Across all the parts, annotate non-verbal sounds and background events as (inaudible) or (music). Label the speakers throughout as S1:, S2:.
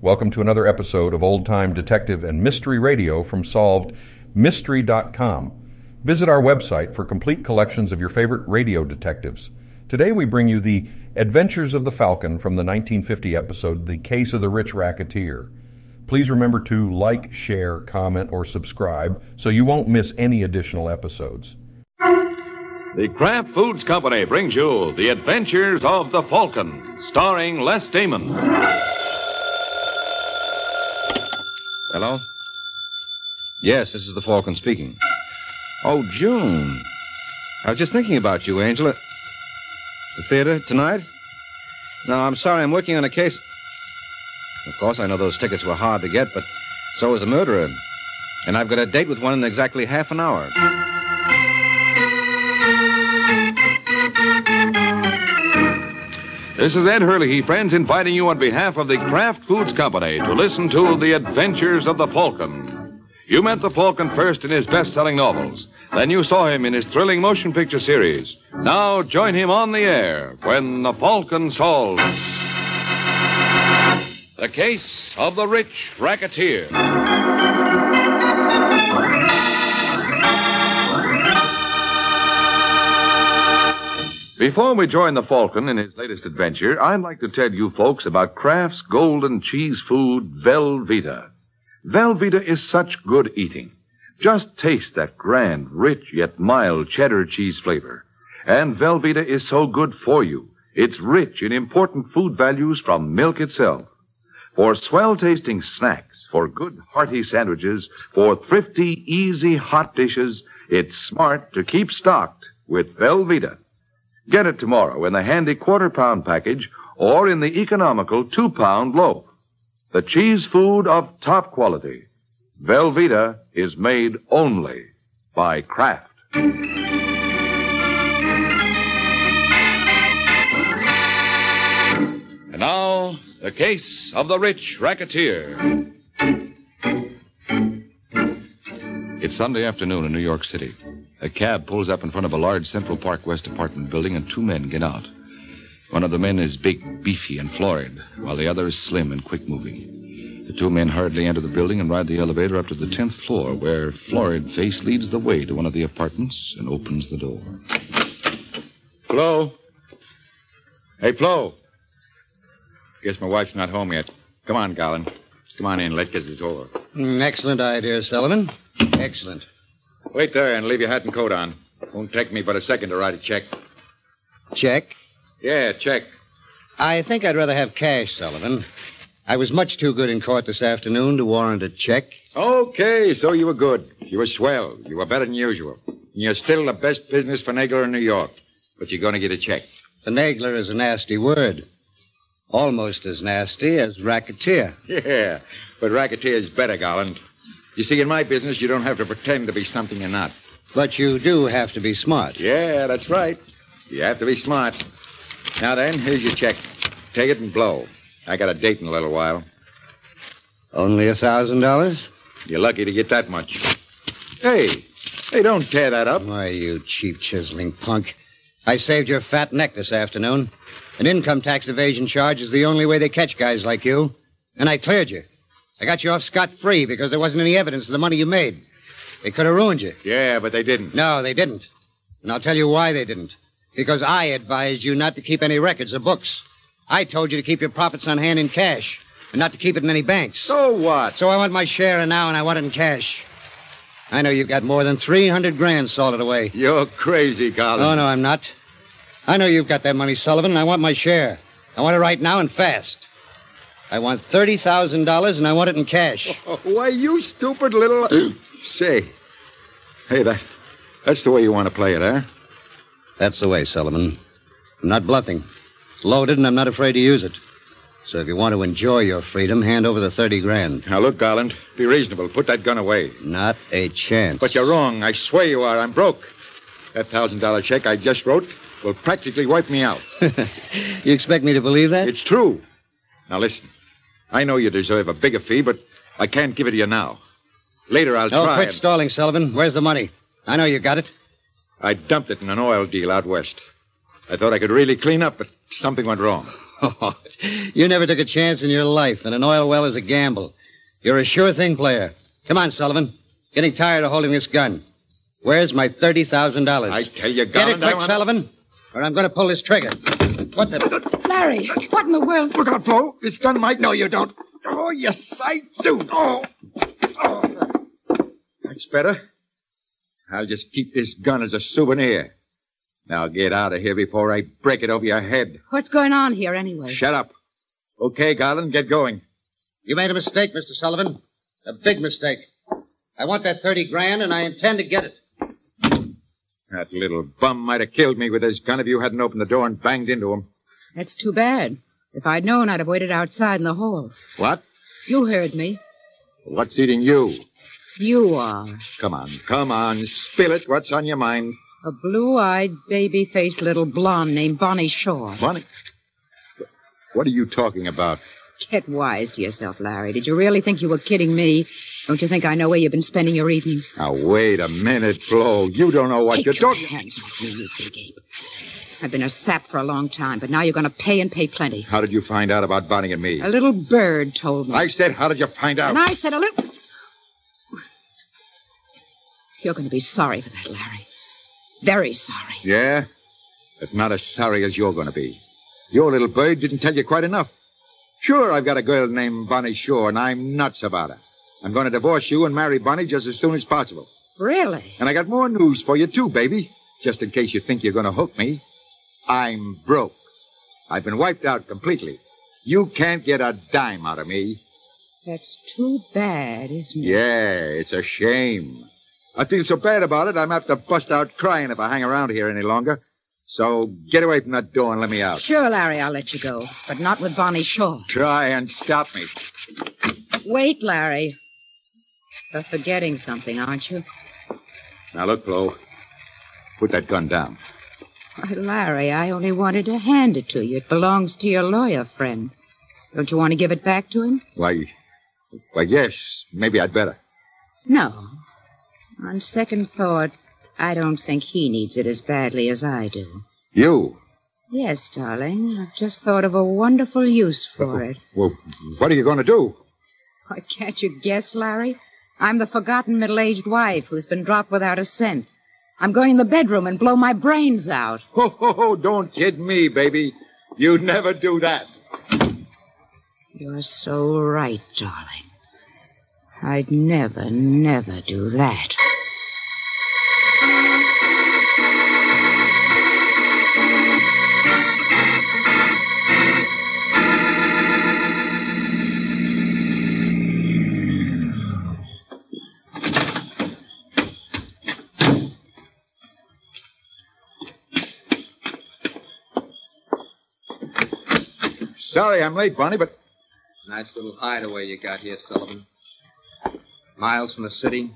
S1: Welcome to another episode of Old Time Detective and Mystery Radio from SolvedMystery.com. Visit our website for complete collections of your favorite radio detectives. Today we bring you the Adventures of the Falcon from the 1950 episode, The Case of the Rich Racketeer. Please remember to like, share, comment, or subscribe so you won't miss any additional episodes.
S2: The Kraft Foods Company brings you The Adventures of the Falcon, starring Les Damon. Hello? Yes, this is the Falcon speaking. Oh, June. I was just thinking about you, Angela. The theater tonight? No, I'm sorry, I'm working on a case. Of course, I know those tickets were hard to get, but so was the murderer. And I've got a date with one in exactly half an hour. This is Ed Hurley, friends, inviting you on behalf of the Kraft Foods Company to listen to The Adventures of the Falcon. You met the Falcon first in his best selling novels. Then you saw him in his thrilling motion picture series. Now join him on the air when The Falcon solves. The Case of the Rich Racketeer. Before we join the Falcon in his latest adventure, I'd like to tell you folks about Kraft's golden cheese food, Velveeta. Velveeta is such good eating. Just taste that grand, rich, yet mild cheddar cheese flavor. And Velveeta is so good for you. It's rich in important food values from milk itself. For swell tasting snacks, for good hearty sandwiches, for thrifty, easy hot dishes, it's smart to keep stocked with Velveeta. Get it tomorrow in the handy quarter pound package or in the economical two pound loaf. The cheese food of top quality. Velveeta is made only by Kraft. And now, the case of the rich racketeer. It's Sunday afternoon in New York City. A cab pulls up in front of a large Central Park West apartment building, and two men get out. One of the men is big, beefy, and florid, while the other is slim and quick moving. The two men hurriedly enter the building and ride the elevator up to the 10th floor, where Florid Face leads the way to one of the apartments and opens the door.
S3: Flo. Hey, Flo. Guess my wife's not home yet. Come on, Garland. Come on in. Let's get this over.
S4: Mm, Excellent idea, Sullivan. Excellent.
S3: Wait there and leave your hat and coat on. Won't take me but a second to write a check.
S4: Check.
S3: Yeah, check.
S4: I think I'd rather have cash, Sullivan. I was much too good in court this afternoon to warrant a check.
S3: Okay, so you were good. You were swell. You were better than usual. And you're still the best business finagler in New York. But you're going to get a check. (laughs)
S4: Finagler is a nasty word. Almost as nasty as racketeer.
S3: Yeah, but racketeer's better, Garland. You see, in my business, you don't have to pretend to be something you're not.
S4: But you do have to be smart.
S3: Yeah, that's right. You have to be smart. Now then, here's your check. Take it and blow. I got a date in a little while.
S4: Only a thousand dollars?
S3: You're lucky to get that much. Hey, hey, don't tear that up.
S4: Why, you cheap chiseling punk. I saved your fat neck this afternoon. An income tax evasion charge is the only way they catch guys like you. And I cleared you. I got you off scot free because there wasn't any evidence of the money you made. They could have ruined you.
S3: Yeah, but they didn't.
S4: No, they didn't. And I'll tell you why they didn't. Because I advised you not to keep any records or books. I told you to keep your profits on hand in cash and not to keep it in any banks.
S3: So what?
S4: So I want my share now and I want it in cash. I know you've got more than 300 grand salted away.
S3: You're crazy, Garland.
S4: Oh, no, I'm not. I know you've got that money, Sullivan, and I want my share. I want it right now and fast. I want $30,000 and I want it in cash.
S3: Oh, why, you stupid little. Say, hey, that, that's the way you want to play it, huh?
S4: That's the way, Sullivan. I'm not bluffing. It's loaded and I'm not afraid to use it. So if you want to enjoy your freedom, hand over the 30 grand.
S3: Now, look, Garland, be reasonable. Put that gun away.
S4: Not a chance.
S3: But you're wrong. I swear you are. I'm broke. That $1,000 check I just wrote will practically wipe me out.
S4: you expect me to believe that?
S3: It's true. Now, listen. I know you deserve a bigger fee, but I can't give it to you now. Later, I'll
S4: oh,
S3: try.
S4: quit
S3: and-
S4: stalling, Sullivan. Where's the money? I know you got it. (laughs)
S3: I dumped it in an oil deal out west. I thought I could really clean up, but something went wrong.
S4: Oh, you never took a chance in your life, and an oil well is a gamble. You're a sure thing player. Come on, Sullivan. Getting tired of holding this gun. Where's my $30,000?
S3: I tell you,
S4: Get it
S3: Garland, I
S4: quick,
S3: want-
S4: Sullivan, or I'm going to pull this trigger. What the?
S5: Larry, what in the world?
S6: Look out, Flo. It's gun Mike. No, you don't. Oh, yes, I do. Oh. oh.
S3: That's better. I'll just keep this gun as a souvenir. Now get out of here before I break it over your head.
S5: What's going on here anyway?
S3: Shut up. Okay, Garland, get going.
S4: You made a mistake, Mr. Sullivan. A big mistake. I want that 30 grand, and I intend to get it.
S3: That little bum might have killed me with his gun if you hadn't opened the door and banged into him.
S5: That's too bad. If I'd known, I'd have waited outside in the hall.
S3: What?
S5: You heard me.
S3: What's eating you?
S5: You are
S3: Come on, come on, spill it. What's on your mind?
S5: a blue-eyed, baby-faced little blonde named Bonnie Shaw.
S3: Bonnie. What are you talking about?
S5: Get wise to yourself, Larry. Did you really think you were kidding me? Don't you think I know where you've been spending your evenings?
S3: Now, wait a minute, Flo. You don't know what
S5: Take
S3: you're
S5: your
S3: talking.
S5: hands off me, you big ape. I've been a sap for a long time, but now you're going to pay and pay plenty.
S3: How did you find out about Bonnie and me?
S5: A little bird told me.
S3: I said, how did you find out?
S5: And I said a little. You're going to be sorry for that, Larry. Very sorry.
S3: Yeah? But not as sorry as you're going to be. Your little bird didn't tell you quite enough. Sure, I've got a girl named Bonnie Shaw, and I'm nuts about her. I'm going to divorce you and marry Bonnie just as soon as possible.
S5: Really?
S3: And I got more news for you, too, baby. Just in case you think you're going to hook me. I'm broke. I've been wiped out completely. You can't get a dime out of me.
S5: That's too bad, isn't it?
S3: Yeah, it's a shame. I feel so bad about it, I'm apt to bust out crying if I hang around here any longer. So get away from that door and let me out.
S5: Sure, Larry, I'll let you go, but not with Bonnie Shaw.
S3: Try and stop me.
S5: Wait, Larry. You're forgetting something, aren't you?
S3: Now look, Flo. Put that gun down.
S5: Why, Larry, I only wanted to hand it to you. It belongs to your lawyer friend. Don't you want to give it back to him?
S3: Why, why, yes, maybe I'd better.
S5: No. On second thought, I don't think he needs it as badly as I do.
S3: You?
S5: Yes, darling. I've just thought of a wonderful use for it.
S3: Well, what are you going to do?
S5: Why, can't you guess, Larry? I'm the forgotten middle aged wife who's been dropped without a cent. I'm going in the bedroom and blow my brains out.
S3: Ho, ho, ho, don't kid me, baby. You'd never do that.
S5: You're so right, darling. I'd never, never do that.
S3: Sorry I'm late, Bonnie, but
S4: Nice little hideaway you got here, Sullivan. Miles from the city,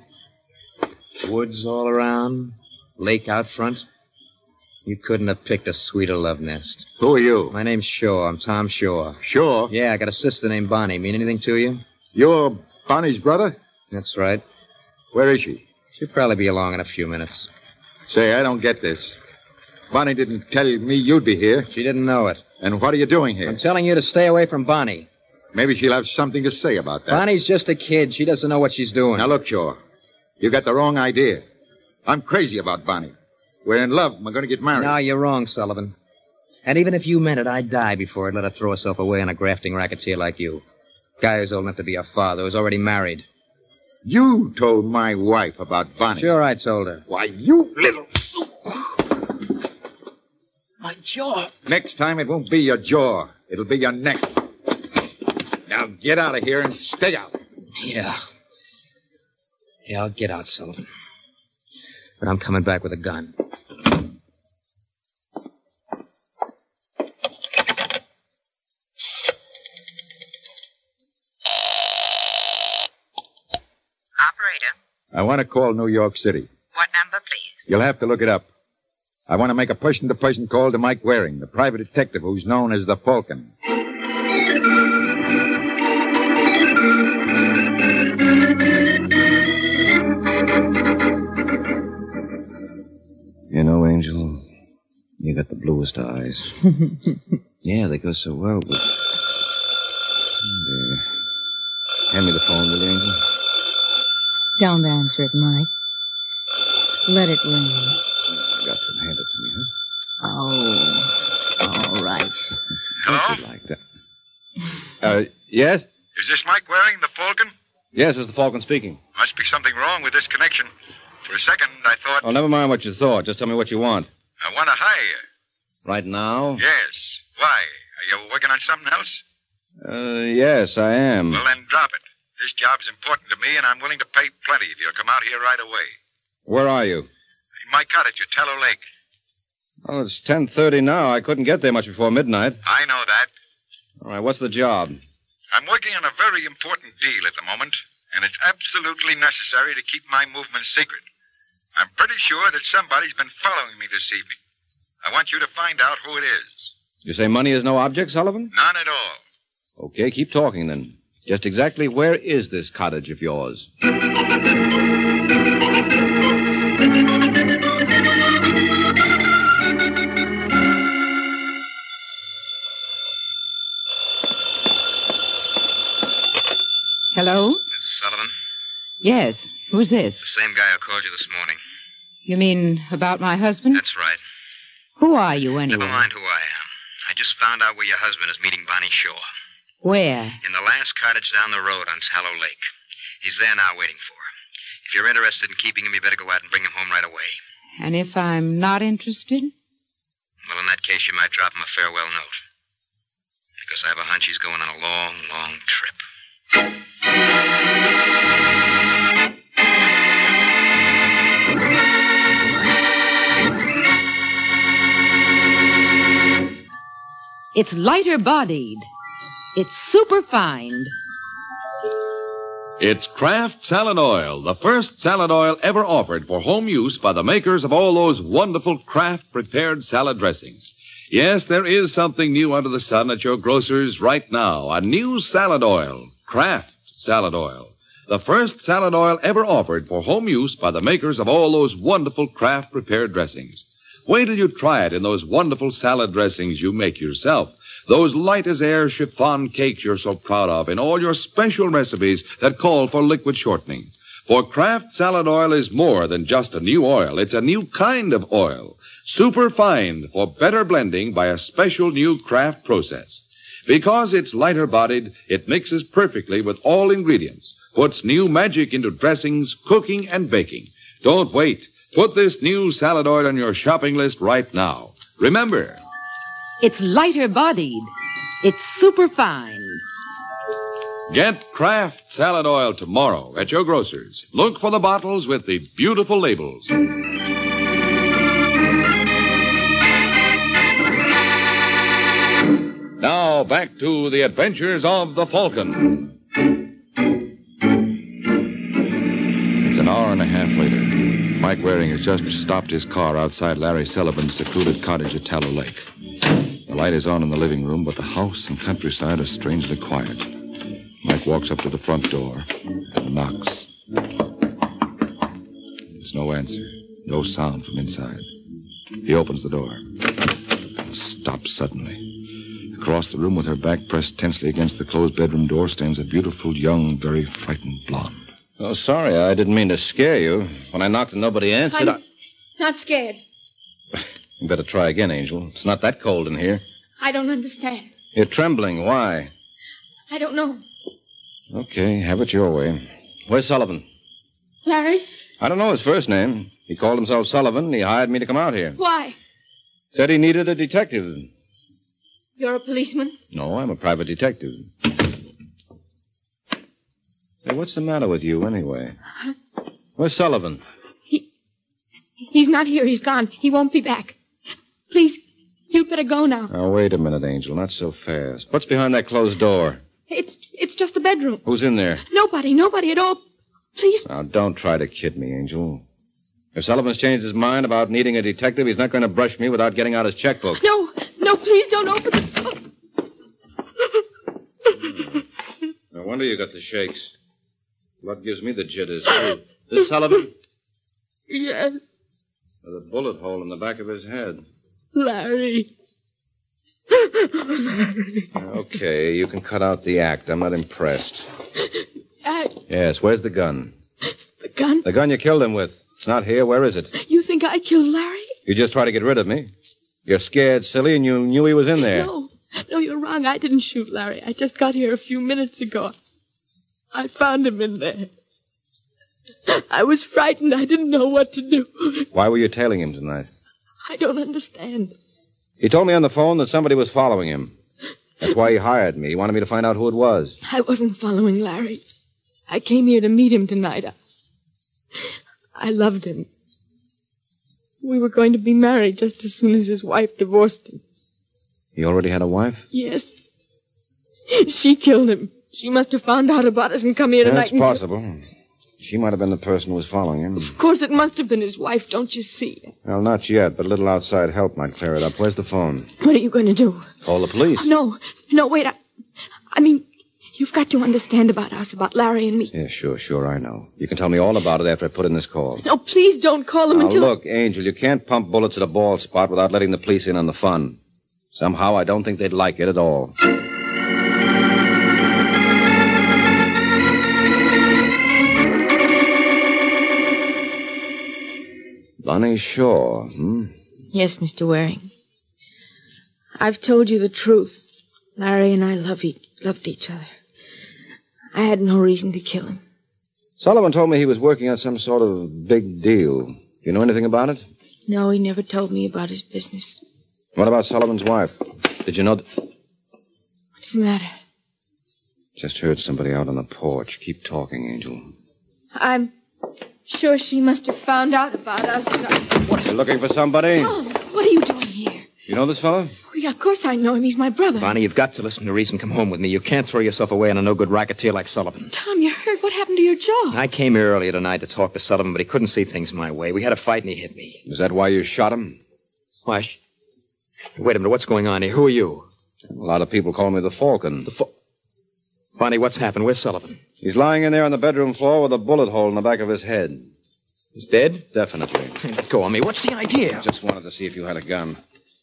S4: woods all around, lake out front. You couldn't have picked a sweeter love nest.
S3: who are you?
S4: My name's Shaw. I'm Tom Shaw.
S3: Sure.
S4: Yeah, I got a sister named Bonnie. Mean anything to you?
S3: You're Bonnie's brother?
S4: That's right.
S3: Where is she?
S4: She'll probably be along in a few minutes.
S3: Say, I don't get this. Bonnie didn't tell me you'd be here.
S4: She didn't know it.
S3: And what are you doing here?
S4: I'm telling you to stay away from Bonnie.
S3: Maybe she'll have something to say about that.
S4: Bonnie's just a kid. She doesn't know what she's doing.
S3: Now, look, Shaw. You got the wrong idea. I'm crazy about Bonnie. We're in love and we're going to get married.
S4: No, you're wrong, Sullivan. And even if you meant it, I'd die before I'd let her throw herself away on a grafting racketeer like you. Guy who's old enough to be her father, who's already married.
S3: You told my wife about Bonnie.
S4: Sure, I told her.
S3: Why, you little.
S6: My jaw.
S3: Next time it won't be your jaw, it'll be your neck. Now get out of here and stay out.
S4: Yeah. Yeah, I'll get out, Sullivan. But I'm coming back with a gun.
S7: Operator,
S3: I want to call New York City.
S7: what number, please?
S3: You'll have to look it up. I want to make a person to person call to Mike Waring, the private detective who's known as the Falcon.
S8: You know, Angel, you got the bluest eyes.
S3: Yeah, they go so well with. And, uh, hand me the phone, will you, Angel?
S4: Don't answer it, Mike. Let it ring.
S3: I got to hand it to me, huh?
S4: Oh, all right.
S3: Hello? like that. Uh, yes?
S9: Is this Mike Waring, the Falcon?
S3: Yes, it's the Falcon speaking.
S9: Must be something wrong with this connection. For a second, I thought,
S3: Oh, never mind what you thought. Just tell me what you want.
S9: I want to hire you.
S3: Right now?
S9: Yes. Why? Are you working on something else?
S3: Uh, yes, I am.
S9: Well, then drop it. This job's important to me, and I'm willing to pay plenty if you'll come out here right away.
S3: Where are you?
S9: In my cottage at Tallow Lake.
S3: Oh, it's 10.30 now. I couldn't get there much before midnight.
S9: I know that.
S3: All right, what's the job?
S9: I'm working on a very important deal at the moment, and it's absolutely necessary to keep my movement secret. I'm pretty sure that somebody's been following me this evening. I want you to find out who it is.
S3: You say money is no object, Sullivan?
S9: None at all.
S3: Okay, keep talking then. Just exactly where is this cottage of yours?
S5: Hello?
S9: Mrs. Sullivan,
S5: Yes. Who's this?
S9: same guy who called you this morning.
S5: You mean about my husband?
S9: That's right.
S5: Who are you, anyway?
S9: Never mind who I am. I just found out where your husband is meeting Bonnie Shaw.
S5: Where?
S9: In the last cottage down the road on Sallow Lake. He's there now waiting for her. If you're interested in keeping him, you better go out and bring him home right away.
S5: And if I'm not interested?
S9: Well, in that case, you might drop him a farewell note. Because I have a hunch he's going on a long, long trip.
S10: It's lighter bodied. It's superfined.
S2: It's Kraft Salad Oil, the first salad oil ever offered for home use by the makers of all those wonderful Kraft prepared salad dressings. Yes, there is something new under the sun at your grocer's right now. A new salad oil, Kraft Salad Oil. The first salad oil ever offered for home use by the makers of all those wonderful Kraft prepared dressings. Wait till you try it in those wonderful salad dressings you make yourself. Those light as air chiffon cakes you're so proud of in all your special recipes that call for liquid shortening. For Kraft salad oil is more than just a new oil. It's a new kind of oil. Superfine for better blending by a special new Kraft process. Because it's lighter bodied, it mixes perfectly with all ingredients, puts new magic into dressings, cooking, and baking. Don't wait. Put this new salad oil on your shopping list right now. Remember,
S10: It's lighter bodied. It's superfined.
S2: Get Kraft Salad Oil tomorrow at your grocer's. Look for the bottles with the beautiful labels. Now back to the adventures of the Falcon.
S3: It's an hour and a half later. Mike Waring has just stopped his car outside Larry Sullivan's secluded cottage at Tallow Lake. The light is on in the living room, but the house and countryside are strangely quiet. Mike walks up to the front door and knocks. There's no answer, no sound from inside. He opens the door and stops suddenly. Across the room, with her back pressed tensely against the closed bedroom door, stands a beautiful, young, very frightened blonde. Oh, sorry, I didn't mean to scare you. When I knocked and nobody answered,
S11: I'm not scared.
S3: You better try again, Angel. It's not that cold in here.
S11: I don't understand.
S3: You're trembling. Why?
S11: I don't know.
S3: Okay, have it your way. Where's Sullivan?
S11: Larry,
S3: I don't know his first name. He called himself Sullivan. He hired me to come out here.
S11: why?
S3: Said he needed a detective.
S11: You're a policeman.
S3: No, I'm a private detective. Hey, what's the matter with you, anyway? Where's Sullivan?
S11: He's not here. He's gone. He won't be back. Please, you'd better go now.
S3: Now, wait a minute, Angel. Not so fast. What's behind that closed door?
S11: It's it's just the bedroom.
S3: Who's in there?
S11: Nobody, nobody at all. Please,
S3: Now, don't try to kid me, Angel. If Sullivan's changed his mind about needing a detective, he's not going to brush me without getting out his checkbook.
S11: no, no, please don't open it.
S3: No wonder you got the shakes. Blood gives me the jitters, too. This Sullivan?
S11: Yes,
S3: With a bullet hole in the back of his head.
S11: Larry.
S3: Okay, you can cut out the act. I'm not impressed.
S11: Uh,
S3: Yes, where's the gun?
S11: the gun?
S3: The gun you killed him with. It's not here. Where is it?
S11: You think I killed Larry?
S3: You just try to get rid of me. You're scared, silly, and you knew he was in there.
S11: No. No, you're wrong. I didn't shoot Larry. I just got here a few minutes ago. I found him in there. I was frightened. I didn't know what to do.
S3: Why were you tailing him tonight?
S11: I don't understand.
S3: He told me on the phone that somebody was following him. That's why he hired me. He wanted me to find out who it was.
S11: I wasn't following Larry. I came here to meet him tonight. I, I loved him. We were going to be married just as soon as his wife divorced him.
S3: He already had a wife?
S11: Yes. She killed him. She must have found out about us and come here
S3: That's
S11: tonight. and-
S3: possible. She might have been the person who was following him.
S11: Of course, it must have been his wife, don't you see?
S3: Well, not yet, but a little outside help might clear it up. Where's the phone?
S11: What are you going to do?
S3: Call the police.
S11: No, no, wait. I, I mean, you've got to understand about us, about Larry and me.
S3: Yeah, sure, sure, I know. You can tell me all about it after I put in this call.
S11: No, please don't call him
S3: Now,
S11: until.
S3: look, Angel, you can't pump bullets at a bald spot without letting the police in on the fun. Somehow, I don't think they'd like it at all. Bonnie Shaw, hmm?
S11: Yes, Mr. Waring. I've told you the truth. Larry and I love e- loved each other. I had no reason to kill him.
S3: Sullivan told me he was working on some sort of big deal. Do you know anything about it?
S11: No, he never told me about his business.
S3: What about Sullivan's wife? Did you know? th-
S11: What's the matter?
S3: Just heard somebody out on the porch. Keep talking, Angel.
S11: I'm sure she must have found out about us. and I-
S3: You looking for somebody?
S11: Tom, what are you doing here?
S3: You know this fellow?
S11: Well, yeah, of course I know him. He's my brother.
S12: Bonnie, you've got to listen to reason. Come home with me. You can't throw yourself away on a no good racketeer like Sullivan.
S11: Tom, you're hurt. What happened to your jaw?
S12: I came here earlier tonight to talk to Sullivan, but he couldn't see things my way. We had a fight and he hit me.
S3: Is that why you shot him?
S12: Why? sh- Wait a minute. What's going on here? Who are you?
S3: A lot of people call me the Falcon. The fa-
S12: Bonnie, what's happened? Where's Sullivan?
S3: He's lying in there on the bedroom floor with a bullet hole in the back of his head.
S12: He's dead? (laughs)
S3: Definitely.
S12: Let go of me. What's the idea?
S3: Just wanted to see if you had a gun.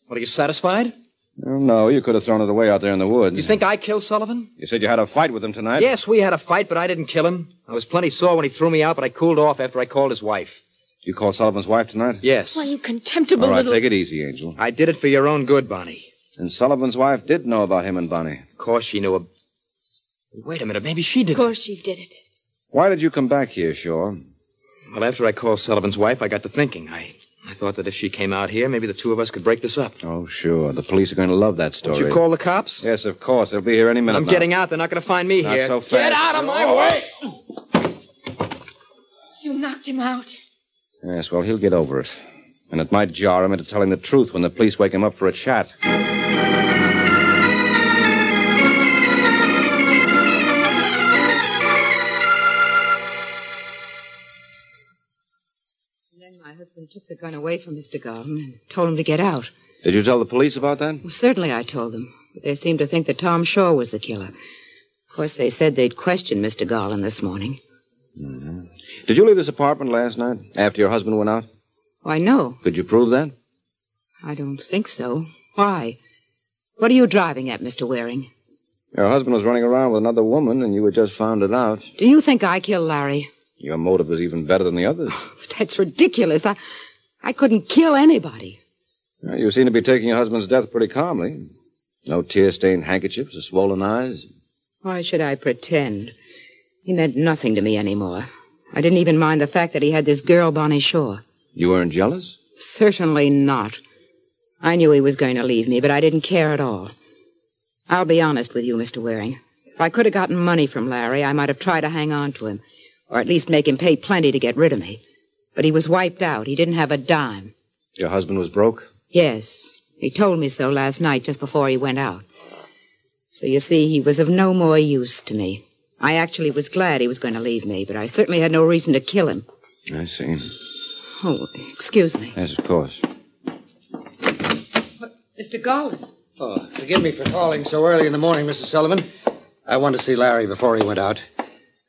S12: What, are you satisfied?
S3: Well, no, you could have thrown it away out there in the woods.
S12: You think I killed Sullivan?
S3: You said you had a fight with him tonight.
S12: Yes, we had a fight, but I didn't kill him. I was plenty sore when he threw me out, but I cooled off after I called his wife.
S3: You called Sullivan's wife tonight?
S12: Yes.
S11: Why, you contemptible
S3: All right,
S11: little.
S3: take it easy, Angel.
S12: I did it for your own good, Bonnie.
S3: And Sullivan's wife did know about him and Bonnie.
S12: Of course she knew. A... Wait a minute. Maybe she
S11: Of
S12: did.
S11: course she did it.
S3: Why did you come back here, Shaw?
S12: Well, after I called Sullivan's wife, I got to thinking. I, I thought that if she came out here, maybe the two of us could break this up.
S3: Oh, sure. The police are going to love that story.
S12: Did you call the cops?
S3: Yes, of course. They'll be here any minute.
S12: I'm
S3: now.
S12: getting out. They're not going to find me
S3: Not
S12: here.
S3: so fast.
S12: Get out of my way!
S11: You knocked him out.
S3: Yes, well, he'll get over it. And it might jar him into telling the truth when the police wake him up for a chat.
S5: And then my husband took the gun away from Mr. Garden and told him to get out.
S3: Did you tell the police about that?
S5: Well, certainly I told them. But they seemed to think that Tom Shaw was the killer. Of course, they said they'd question Mr. Garland this morning.
S3: Did you leave this apartment last night after your husband went out?
S5: Why, no,
S3: Could you prove that?
S5: I don't think so. Why? What are you driving at, Mr. Waring?
S3: Your husband was running around with another woman and you had just found it out.
S5: Do you think I killed Larry? (laughs)
S3: Your motive was even better than the others.
S5: That's ridiculous. I, I couldn't kill anybody.
S3: Well, you seem to be taking your husband's death pretty calmly. No tear stained handkerchiefs or swollen eyes.
S5: Why should I pretend? He meant nothing to me anymore. I didn't even mind the fact that he had this girl, Bonnie Shaw.
S3: You weren't jealous?
S5: Certainly not. I knew he was going to leave me, but I didn't care at all. I'll be honest with you, Mr. Waring. If I could have gotten money from Larry, I might have tried to hang on to him, or at least make him pay plenty to get rid of me. But he was wiped out. He didn't have a dime.
S3: Your husband was broke?
S5: Yes, he told me so last night just before he went out. So you see, he was of no more use to me. I actually was glad he was going to leave me, but I certainly had no reason to kill him.
S3: I see.
S5: Oh, excuse me.
S3: Yes, of course.
S5: Mr. Garland.
S4: Oh, forgive me for calling so early in the morning, Mrs. Sullivan. I wanted to see Larry before he went out.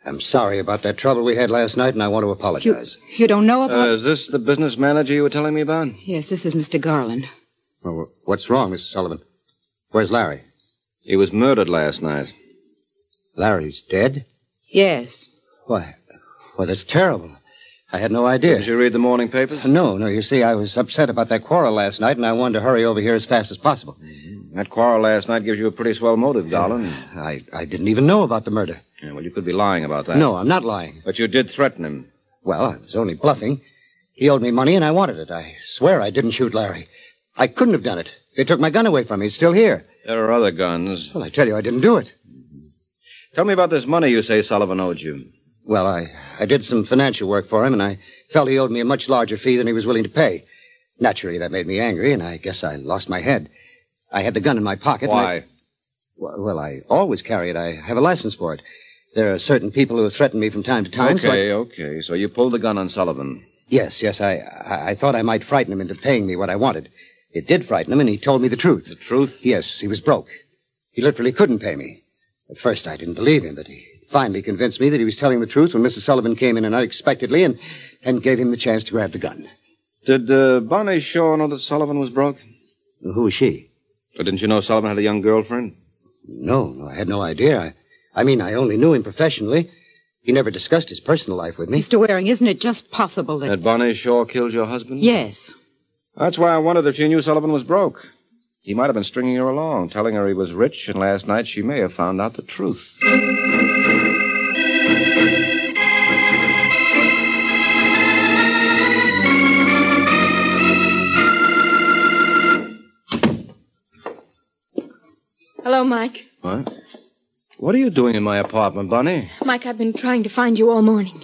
S4: I'm sorry about that trouble we had last night, and I want to apologize.
S5: You don't know
S3: Uh,
S5: about.
S3: is this the business manager you were telling me about?
S5: yes, this is Mr. Garland.
S4: Well, what's wrong, Mrs. Sullivan? Where's Larry?
S3: He was murdered last night.
S4: Larry's dead?
S5: Yes.
S4: Why, well, that's terrible. I had no idea.
S3: Did you read the morning papers?
S4: No, no. You see, I was upset about that quarrel last night, and I wanted to hurry over here as fast as possible.
S3: Mm-hmm. That quarrel last night gives you a pretty swell motive, Garland.
S4: I, I didn't even know about the murder.
S3: Yeah, well, you could be lying about that.
S4: No, I'm not lying.
S3: But you did threaten him.
S4: Well, I was only bluffing. He owed me money, and I wanted it. I swear I didn't shoot Larry. I couldn't have done it. They took my gun away from me. It's still here.
S3: There are other guns.
S4: Well, I tell you, I didn't do it.
S3: Mm-hmm. Tell me about this money you say Sullivan owed you.
S4: Well, I, I did some financial work for him, and I felt he owed me a much larger fee than he was willing to pay. Naturally, that made me angry, and I guess I lost my head. I had the gun in my pocket.
S3: Why?
S4: and I- well, well, I always carry it. I have a license for it. There are certain people who have threatened me from time to time.
S3: okay,
S4: so I-
S3: okay. So you pulled the gun on Sullivan.
S4: Yes, yes, I, I, I thought I might frighten him into paying me what I wanted. It did frighten him, and he told me the truth.
S3: The truth?
S4: Yes, he was broke. He literally couldn't pay me. At first, I didn't believe him, but he finally convinced me that he was telling the truth when Mrs. Sullivan came in unexpectedly and, and gave him the chance to grab the gun.
S3: Did uh, Bonnie Shaw know that Sullivan was broke?
S4: Who was she?
S3: Or didn't you know Sullivan had a young girlfriend?
S4: No, no, I had no idea. I, I mean, I only knew him professionally. He never discussed his personal life with me.
S5: Mr. Waring, isn't it just possible
S13: Uh,
S5: that.
S3: That Bonnie Shaw killed your husband?
S5: Yes.
S3: That's why I wondered if she knew Sullivan was broke. He might have been stringing her along, telling her he was rich, and last night she may have found out the truth.
S11: Hello, Mike.
S3: What? What are you doing in my apartment, Bonnie?
S11: Mike, I've been trying to find you all morning.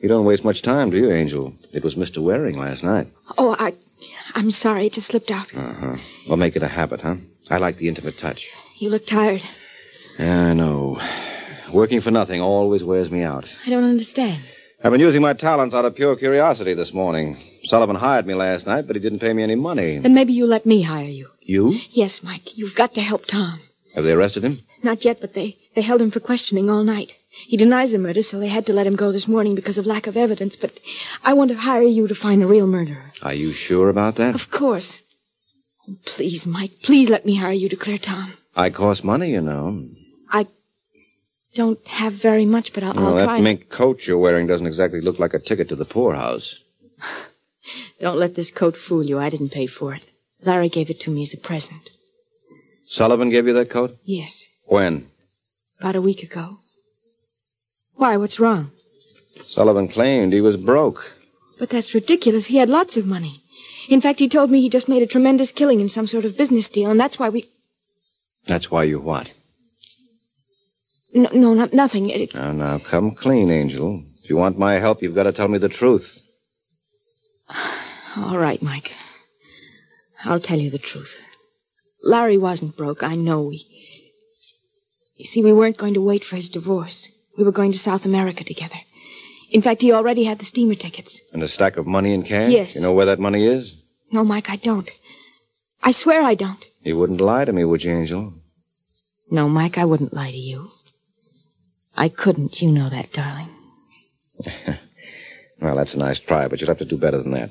S3: You don't waste much time, do you, Angel? It was Mr. Waring last night.
S11: Oh, I, I'm sorry, it just slipped out.
S3: Uh huh. Well, make it a habit, huh? I like the intimate touch.
S11: You look tired.
S3: Yeah, I know. Working for nothing always wears me out.
S11: I don't understand.
S3: I've been using my talents out of pure curiosity this morning. Sullivan hired me last night, but he didn't pay me any money.
S11: Then maybe you let me hire you.
S3: You?
S11: Yes, Mike, you've got to help Tom.
S3: Have they arrested him?
S11: Not yet, but they, they held him for questioning all night. He denies the murder, so they had to let him go this morning because of lack of evidence, but I want to hire you to find the real murderer.
S3: Are you sure about that?
S11: Of course. Oh, please, Mike, please let me hire you to clear Tom.
S3: I cost money, you know.
S11: I don't have very much, but I'll,
S3: Well,
S11: I'll
S3: that
S11: try.
S3: mink coat you're wearing doesn't exactly look like a ticket to the poorhouse.
S11: Don't let this coat fool you. I didn't pay for it. Larry gave it to me as a present.
S3: Sullivan gave you that coat?
S11: Yes,
S3: When?
S11: about a week ago. Why, what's wrong?
S3: Sullivan claimed he was broke.
S11: But that's ridiculous. He had lots of money. In fact, he told me he just made a tremendous killing in some sort of business deal, and that's why we.
S3: That's why you what?
S11: No, no not, nothing. It- it-
S3: Now, now, come clean, Angel. If you want my help, you've got to tell me the truth.
S11: All right, Mike. I'll tell you the truth. Larry wasn't broke. I know we. You see, we weren't going to wait for his divorce. We were going to South America together. In fact, he already had the steamer tickets.
S3: And a stack of money in cash?
S11: Yes.
S3: You know where that money is?
S11: No, Mike, I don't. I swear I don't.
S3: You wouldn't lie to me, would you, Angel?
S11: No, Mike, I wouldn't lie to you. I couldn't, you know that, darling.
S3: Well, that's a nice try, but you'd have to do better than that.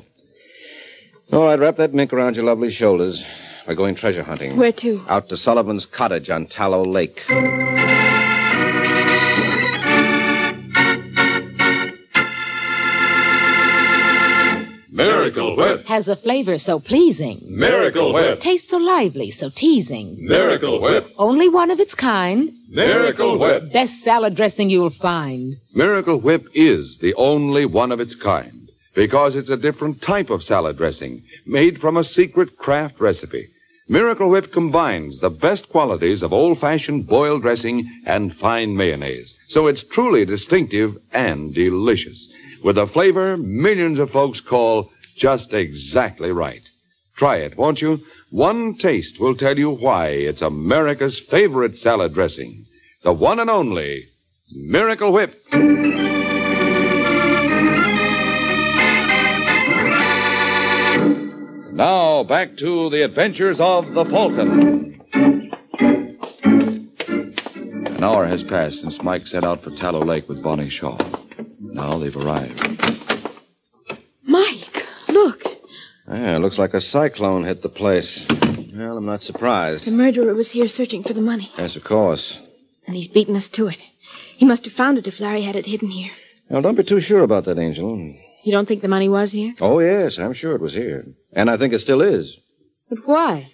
S3: All right, wrap that mink around your lovely shoulders. We're going treasure hunting.
S11: Where to?
S3: Out to Sullivan's cottage on Tallow Lake.
S13: Miracle Whip.
S14: Has a flavor so pleasing.
S13: Miracle Whip.
S14: Tastes so lively, so teasing.
S13: Miracle Whip.
S14: Only one of its kind.
S13: Miracle Whip.
S14: Best salad dressing you'll find.
S2: Miracle Whip is the only one of its kind because it's a different type of salad dressing made from a secret craft recipe. Miracle Whip combines the best qualities of old fashioned boiled dressing and fine mayonnaise, so it's truly distinctive and delicious with a flavor millions of folks call just exactly right. Try it, won't you? One taste will tell you why it's America's favorite salad dressing. The one and only Miracle Whip.
S13: Now back to the adventures of the Falcon.
S15: An hour has passed since Mike set out for Tallow Lake with Bonnie Shaw. Now they've arrived.
S11: Mike, look.
S3: Yeah, looks like a cyclone hit the place. Well, I'm not surprised.
S11: The murderer was here searching for the money,
S3: Yes, of course.
S11: and he's beaten us to it. He must have found it if Larry had it hidden here.
S3: Now, don't be too sure about that, Angel.
S11: You don't think the money was here?
S3: Oh, yes, I'm sure it was here. And I think it still is.
S11: But why?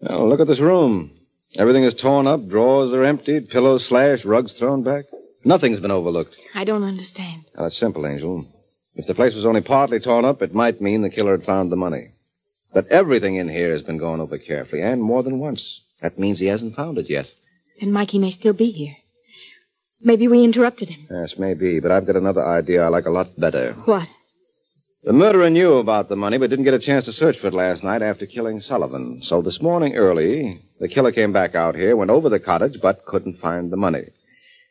S3: Now, look at this room. Everything is torn up, drawers are emptied, pillows slashed, rugs thrown back. Nothing's been overlooked.
S11: I don't understand.
S3: Now, that's simple, Angel. If the place was only partly torn up, it might mean the killer had found the money. But everything in here has been gone over carefully, and more than once. That means he hasn't found it yet.
S11: Then Mikey may still be here. Maybe we interrupted him.
S3: Yes, maybe, but I've got another idea I like a lot better.
S11: What?
S3: The murderer knew about the money, but didn't get a chance to search for it last night after killing Sullivan. So this morning early, the killer came back out here, went over the cottage, but couldn't find the money.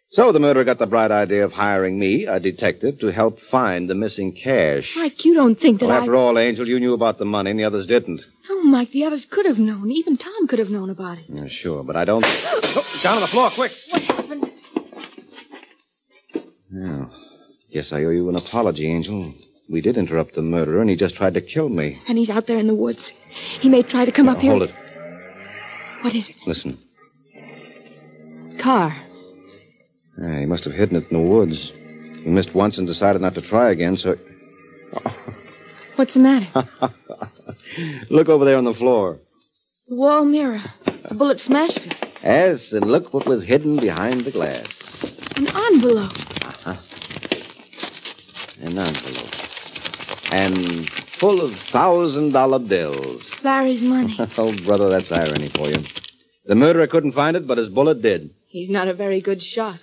S3: So the murderer got the bright idea of hiring me, a detective, to help find the missing cash.
S11: Mike, you don't think that
S3: Well,
S11: I.
S3: after all, Angel, you knew about the money and the others didn't.
S11: No, Mike, the others could have known. Even Tom could have known about it.
S3: Yeah, sure, but I don't. Oh, down on the floor, quick!
S11: What happened?
S3: Yeah. Guess I owe you an apology, Angel. We did interrupt the murderer, and he just tried to kill me.
S11: And he's out there in the woods. He may try to come up here.
S3: Hold it.
S11: What is it?
S3: Listen.
S11: Car.
S3: Yeah, he must have hidden it in the woods. He missed once and decided not to try again, so.
S11: What's the matter?
S3: Look over there on the floor.
S11: The wall mirror. The bullet smashed it.
S3: Yes, and look what was hidden behind the glass.
S11: An envelope.
S3: An envelope. And full of thousand dollar bills. (laughs)
S11: Larry's money.
S3: oh, brother, that's irony for you. The murderer couldn't find it, but his bullet did.
S11: He's not a very good shot.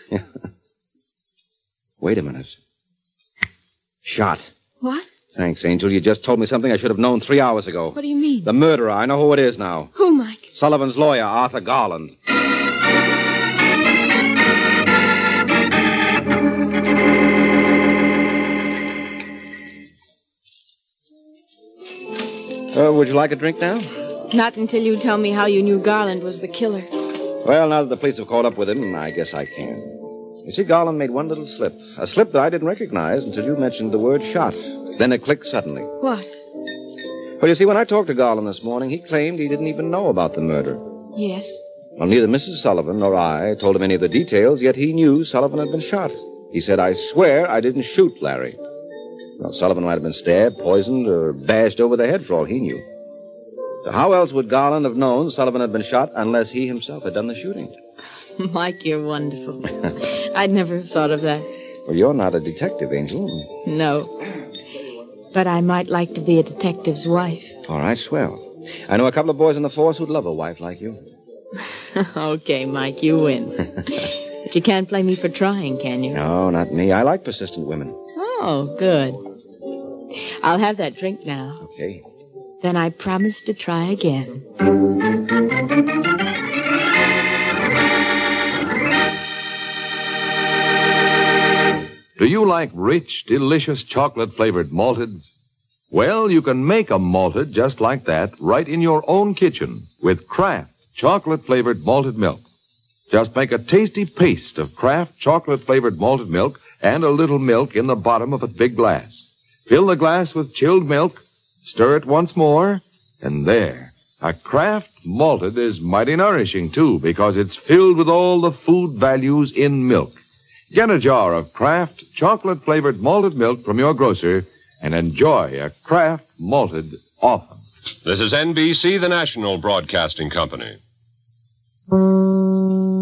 S3: Wait a minute. Shot.
S11: What?
S3: Thanks, Angel. You just told me something I should have known three hours ago.
S11: What do you mean?
S3: The murderer. I know who it is now.
S11: Who, Oh, Mike?
S3: Sullivan's lawyer, Arthur Garland. Uh, would you like a drink now?
S11: Not until you tell me how you knew Garland was the killer.
S3: Well, now that the police have caught up with him, I guess I can. You see, Garland made one little slip. A slip that I didn't recognize until you mentioned the word shot. Then it clicked suddenly.
S11: What?
S3: Well, you see, when I talked to Garland this morning, he claimed he didn't even know about the murder.
S11: Yes.
S3: Well, neither Mrs. Sullivan nor I told him any of the details, yet he knew Sullivan had been shot. He said, I swear I didn't shoot Larry. Well, Sullivan might have been stabbed, poisoned, or bashed over the head for all he knew. So how else would Garland have known Sullivan had been shot unless he himself had done the shooting?
S11: (laughs) Mike, you're wonderful. (laughs) I'd never have thought of that.
S3: Well, you're not a detective, Angel.
S11: No. But I might like to be a detective's wife. (laughs)
S3: All right, swell. I know a couple of boys in the force who'd love a wife like you.
S11: okay, Mike, you win. but you can't blame me for trying, can you?
S3: No, not me. I like persistent women.
S11: Oh, good. I'll have that drink now.
S3: Okay.
S11: Then I promise to try again.
S2: Do you like rich, delicious chocolate flavored malteds? Well, you can make a malted just like that right in your own kitchen with Kraft chocolate flavored malted milk. Just make a tasty paste of Kraft chocolate flavored malted milk and a little milk in the bottom of a big glass. Fill the glass with chilled milk, stir it once more, and there. A Kraft malted is mighty nourishing too because it's filled with all the food values in milk. Get a jar of Kraft chocolate flavored malted milk from your grocer and enjoy a Kraft malted often.
S16: This is NBC, the national broadcasting company.
S11: Mike,